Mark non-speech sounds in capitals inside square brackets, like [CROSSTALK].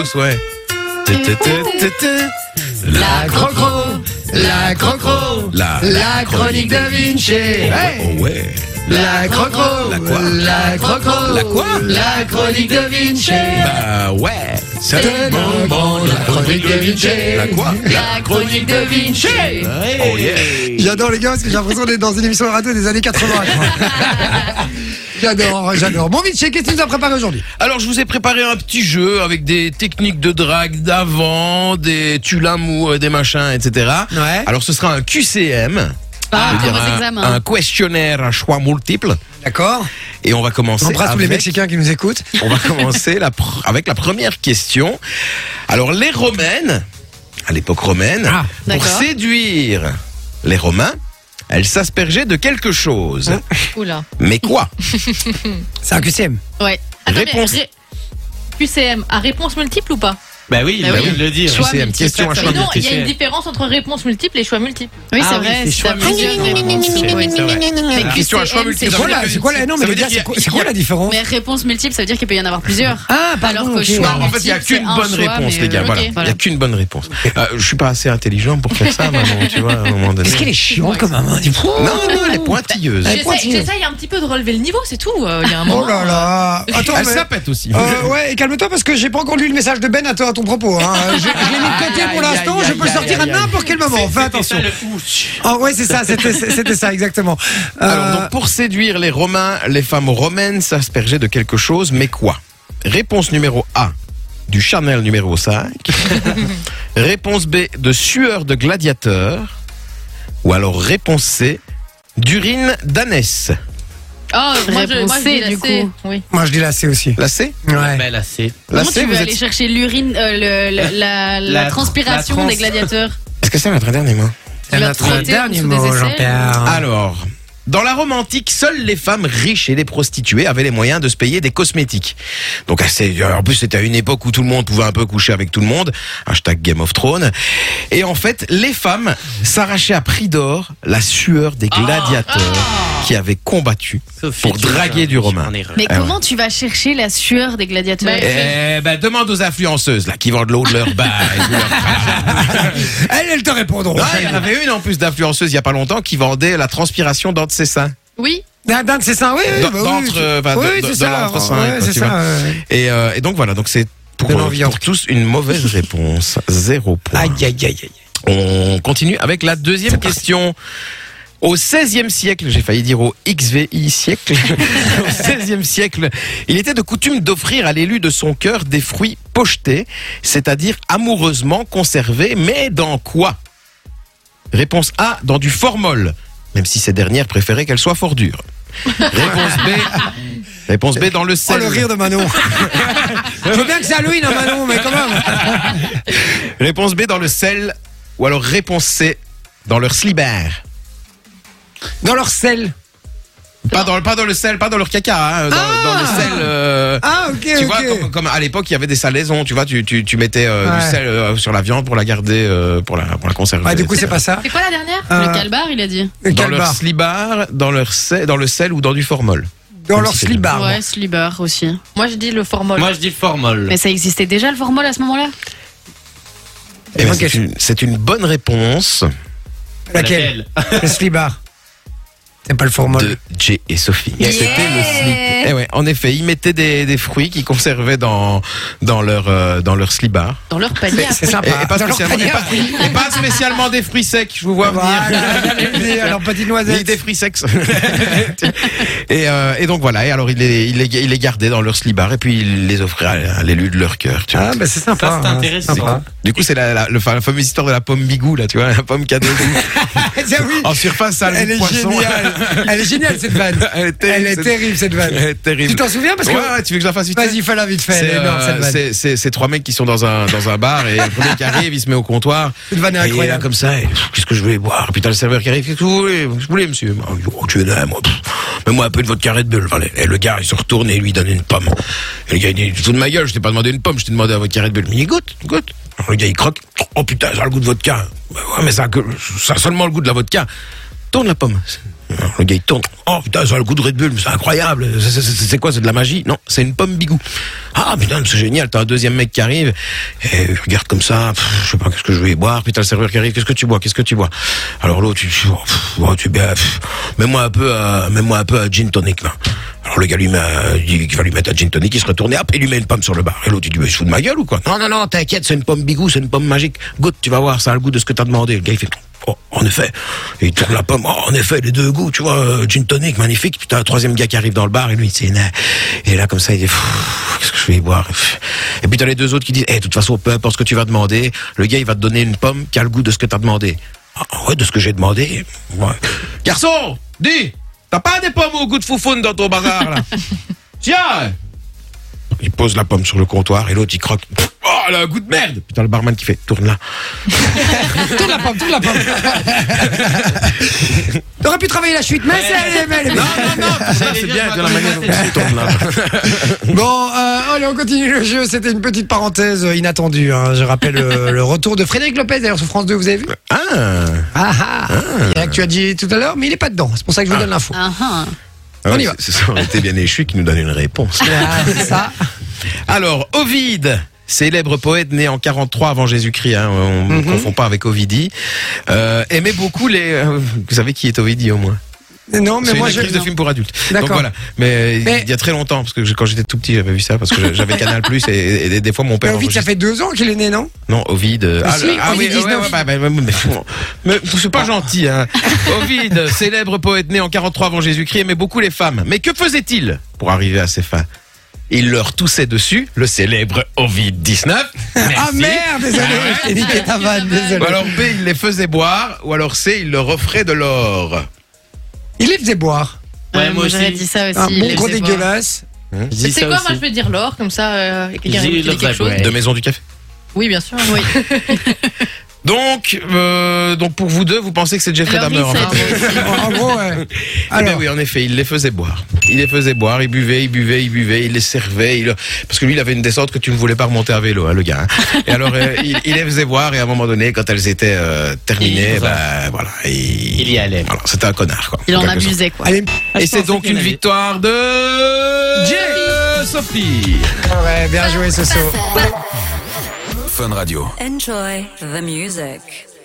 Tous, ouais. La crocro, la crocro, La- la chronique de Vinci. Hey Oh ouais. La crocro, La quoi la crocro, La quoi la chronique de Vinci. Bah ouais. Ça- C'est bon, bon, la chronique de Vinci. La quoi La chronique de Vinci. Oh yeah. J'adore les gars parce que j'ai l'impression d'être dans une émission de radio des années 80. quoi. [LAUGHS] j'adore, hein, j'adore. Bon Vinci, qu'est-ce que tu nous as préparé aujourd'hui Alors je vous ai préparé un petit jeu avec des techniques de drague d'avant, des tulamour, des machins, etc. Ouais. Ah, Alors ce sera un QCM. Par je veux rapport dire aux un- examens. un, questionnaire à choix multiples. D'accord. Et on va commencer. On embrasse tous les avec- Mexicains qui nous écoutent. On va [LAUGHS] commencer la pr- avec la première question. Alors, les Romaines, à l'époque romaine, Ah, pour d'accord. séduire les Romains, elles s'aspergeaient de quelque chose. Ah. Oula. Mais quoi C'est un QCM. Ouais. Attends, Réponse. mais ré- QCM, à réponse multiple ou pas Bah oui, il Ben Bah vient oui. de le dire. Choix QCM, multiple, question à ça, ça. choix Mais Non, il multiple. y a une différence entre réponse multiple et choix multiple. Oui, Ah c'est oui, vrai. c'est c'est choix à plusieurs musical. réponses. C'est vrai, c'est vrai. Mais Voilà. QCM, Question à choix multiple. c'est Ça veut C'est quoi choix dire la, qu'il y a- c'est quoi la, non ça mais veut les dire gars, qu'il y a- c'est quoi, c'est quoi la [LAUGHS] différence Mais réponse multiple, ça veut dire qu'il peut y en avoir plusieurs. Ah, pardon, Alors que ok. choix Non, en fait, il n'y a multiple, qu'une c'est un bonne choix, réponse, mais, les gars. euh, Voilà, ok, il n'y a qu'une bonne réponse. Euh, je suis pas assez intelligent pour faire ça, maman, tu vois, à un moment donné. Qu'est-ce qu'elle est chiante comme maman dis- Non, non, elle est pointilleuse. Ouais. J'essaye Continue. j'essaye un petit peu de relever le niveau, c'est tout. euh, Il y a un Oh moment. là là. Attends, elle mais- s'appête aussi. [LAUGHS] Euh, ouais, et calme-toi parce que j'ai pas encore lu le message de Ben à, toi, à ton propos. [LAUGHS] Hein. Je, je l'ai mis de côté pour l'instant, je peux le sortir à n'importe quel moment. Fais [LAUGHS] attention. Oh ouais, c'est ça, c'était c'était ça exactement. Euh, Alors, donc, pour séduire les Romains, les femmes romaines s'aspergeaient de quelque chose, mais quoi Réponse numéro A, du Chanel numéro [LAUGHS] 5. réponse B, de sueur de gladiateur. Ou alors réponse C, d'urine d'ânesse. Oh, moi, je, Réponse moi, je C, dis la du C. coup. Oui. Moi, je dis la C aussi. La C Ouais. Bah là, c'est. La Comment C, tu veux vous aller êtes... chercher l'urine, euh, le- le- la, la la transpiration trans- des gladiateurs Est-ce que c'est notre dernier mot C'est notre dernier mot, Jean-Pierre. Ah. Alors, dans la Rome antique, seules les femmes riches et les prostituées avaient les moyens de se payer des cosmétiques. Donc, assez, euh, en plus, c'était à une époque où tout le monde pouvait un peu coucher avec tout le monde. Hashtag Game of Thrones. Et en fait, les femmes s'arrachaient à prix d'or la sueur des gladiateurs qui avaient combattu. Pour draguer du Romain. Mais Ah ouais. comment tu vas chercher la sueur des gladiateurs Mais- Eh ben, demande aux influenceuses, là, qui vendent l'eau de leur bain. et de leur Elle, elle te répondront. Ah, il y en avait une, en plus, d'influenceuse, il y a pas longtemps, qui vendait la transpiration d'entre ses seins. Oui. D'un- d'un de ses seins, oui, oui. Dans- bah oui, d'entre, tu- euh, enfin, de- oui, oui, de- c'est de ça. l'entre-seins, ouais, quoi, c'est tu ça, vois. euh, Et, euh, et donc voilà, donc c'est pour, De l'envie, euh, en pour tous une mauvaise réponse. Zéro point. Aïe, aïe, aïe, aïe. On continue avec la deuxième question. Au XVIe siècle, j'ai failli dire au XVI siècle, [LAUGHS] au XVIe siècle, il était de coutume d'offrir à l'élu de son cœur des fruits pochetés, c'est-à-dire amoureusement conservés, mais dans quoi Réponse A, dans du formol, même si ces dernières préféraient qu'elle soit fort dure. Réponse [LAUGHS] B, réponse B dans le Oh, sel. le rire de [LAUGHS] Manon. Je veux bien que c'est Halloween, hein, Manon, mais quand même. Réponse B dans le sel ou alors réponse C dans leur slibère. Dans leur sel. Pas dans, le- pas dans le sel, pas dans leur caca, hein, dans, Ah dans le sel. euh, Ah, ok, tu ok. vois, comme, comme à l'époque, il y avait des salaisons, tu vois, tu, tu, tu mettais euh, Ouais. du sel euh, sur la viande pour la garder, euh, pour, la, pour la conserver. Ouais, Ah, du coup, c'est etc. pas ça. C'est quoi la dernière Le Euh, calbar, il a dit. Dans Quel leur bar slibar, dans, leur sel, dans le sel ou dans du formol. Eh Dans leur C'est- slip bar. ouais, Sliber aussi. Moi, je dis le formol. Moi, je dis formol. Mais ça existait déjà le formol à ce moment-là Eh ben, Ok. c'est une- C'est une bonne réponse Laquelle Le slip bar. C'est pas le formol. de Jay et Sophie. C'était le slip. Eh ouais, en effet, ils mettaient des, des fruits qu'ils conservaient dans, dans leur, euh, dans leur slibar. Dans leur panier. à C'est fruits. sympa. Et, et pas Dans leur spécialement, et panier. pas, et pas spécialement des fruits secs, je vous vois venir. Voilà, [LAUGHS] j'allais le dire, alors petite Ni noisette. des fruits secs. [LAUGHS] et, euh, et donc voilà, et alors il les, il, les, il les gardait dans leur slibar et puis il les offrait à, à l'élu de leur cœur. tu vois. Ah, bah c'est sympa. Ça, c'est hein, intéressant. sympa. Du coup, c'est la, la- le fa- la fameuse histoire de la pomme bigou, là, tu vois, la pomme cadeau. [LAUGHS] Ah, tiens, oui, en surface, ça a le goût elle de est poisson. géniale. Elle est géniale cette vanne. [LAUGHS] Elle est Elle est cette- terrible cette Elle vanne. est terrible. Tu t'en souviens parce que Ouais, ouais, tu veux que je la fasse vite fait vas-y, fais-la vite fait. C'est Elle est énorme euh, cette vanne. c'est- c'est- c'est trois mecs qui sont dans un, dans un bar et le premier qui arrive, il se met au comptoir. Cette vanne est Et il est là incroyable. comme ça, et, pff, qu'est-ce que je voulais boire Putain, le serveur qui arrive, qu'est-ce que vous voulez Qu'est-ce que vous voulez, monsieur Ah, il dit, oh, Tu es là, moi. pff, Mets-moi un peu de votre carré de bulle. Allez. Et le gars, il se retourne et lui il donne une pomme. Et le gars, il dit, tu te fous de ma gueule, je t'ai pas demandé une pomme, je t'ai demandé un votre carré de bulle. Mais il dit, goûte, goûte. Alors, le gars, il croque. Oh putain, ça a le goût de vodka. Bah ouais, mais ça a, que- ça a seulement le goût de la vodka. Tourne la pomme. Euh, Le gars, il tourne. Oh putain, ça a le goût de Red Bull, mais c'est incroyable. C'est- c'est- C'est c'est quoi C'est de la magie Non, c'est une pomme bigou. Ah putain, mais c'est génial. T'as un deuxième mec qui arrive. Et il regarde comme ça. Pff, je sais pas qu'est-ce que je vais boire. Puis t'as le serveur qui arrive. Qu'est-ce que tu bois Qu'est-ce que tu bois Alors l'autre, tu, tu, oh, tu ben, pff, mets-moi un peu, à- mets-moi un peu à gin tonic. là. Alors le gars lui met, un- il dit qu'il va lui mettre un gin tonic, il se retourne, hop, il lui met une pomme sur le bar. Et l'autre il dit, mais il se fout de ma gueule ou quoi Non, non, non, t'inquiète, c'est une pomme bigou, c'est une pomme magique. Goûte, tu vas voir, ça a le goût de ce que t'as demandé. Le gars il fait, oh, en effet. Et il tourne la pomme, oh, en effet, les deux goûts, tu vois, euh, gin tonic, magnifique. Puis t'as un troisième gars qui arrive dans le bar et lui il dit, et là comme ça il dit, Pff, qu'est-ce que je vais y boire Pff. Et puis t'as les deux autres qui disent, eh, de toute façon, peu importe ce que tu vas demander, le gars il va te donner une pomme qui a le goût de ce que t'as demandé. Ah ouais, de ce que j'ai demandé. Ouais. Garçon, dis, t'as pas des pommes au goût de foufoune dans ton bazar là Tiens Il pose la pomme sur le comptoir et l'autre il croque. Pff, Oh, elle a un goût de merde Putain, le barman qui fait tourne là. Tourne la pomme, tourne la pomme. T'aurais pu travailler la chute, mais c'est elle est belle, elle est belle. [LAUGHS] Ça, Ah, c'est bien de la manière dont tu tournes là. Bon, euh, allez, on continue le jeu. C'était une petite parenthèse inattendue. hein. Je [LAUGHS] rappelle euh, le retour de Frédéric Lopez d'ailleurs sur France 2, vous avez vu Ah, Ah ah Il y en a que tu as dit tout à l'heure, mais il est pas dedans. C'est pour ça que je vous donne l'info. Ah, ah. Ah On ouais, y va. c'est- Ça aurait été bien échu qui nous donne une réponse. Ah, c'est ça. [LAUGHS] Alors, Ovide, célèbre poète né en 43 avant Jésus-Christ, hein, on ne confond pas avec Ovidie, euh, aimait beaucoup les... euh, vous savez qui est Ovidie au moins Non, mais C'est une moi je. actrice de film pour adultes. Donc D'accord. voilà. Mais, euh, Mais- il y a très longtemps, parce que je- quand j'étais tout petit, j'avais vu ça, parce que je- j'avais Canal Plus et, et des- des fois mon Mais père. Ovid, ça enregistrait- fait deux ans qu'il est né, non Non, Ovid. euh, Ah si, le- Ovid oui, ouais, 19. ouais, bah, bah, bah, mais, mais c'est pas gentil. [LAUGHS] Hein. Ovid, célèbre poète né en 43 avant Jésus-Christ, aimait beaucoup les femmes. Mais que faisait-il pour arriver à ses fins Il leur toussait dessus, le célèbre Ovid 19. Ah Merci. merde, désolé, je t'ai niqué ta vanne, désolé. Ou alors B, il les faisait boire, ou alors C, il leur offrait de l'or. Il les faisait boire. Ouais, Ouais, moi moi, j'aurais aussi. dit ça aussi. Un Bah, il bon les gros faisait dégueulasse. Je dis C'est ça quoi, moi je aussi. vais dire l'or, comme ça, euh, quelqu'un Dis qui dit le quelque chose. vrai, ouais. De Maison du Café. Oui, bien sûr. [LAUGHS] Oui. Donc, euh, donc pour vous deux, vous pensez que c'est Jeffrey Leur Dahmer hein? en lycée. hein. fait. En en gros, ouais. Eh ben Alors, oui, en effet, il les faisait boire. Il les faisait boire, il buvait, il buvait, il buvait, il les servait. il- Parce que lui, il avait une descente que tu ne voulais pas remonter à vélo, hein, le gars. hein. Et alors, euh, il, il les faisait boire et à un moment donné, quand elles étaient euh, terminées, Il- bah, voilà, il... Il y allait. Voilà, c'était un connard, quoi. Il en Quelque sorte. abusait, Ah, quoi. allez. Et c'est donc une victoire de... Jay Sophie Ouais, bien joué, Soso. Enjoy the music.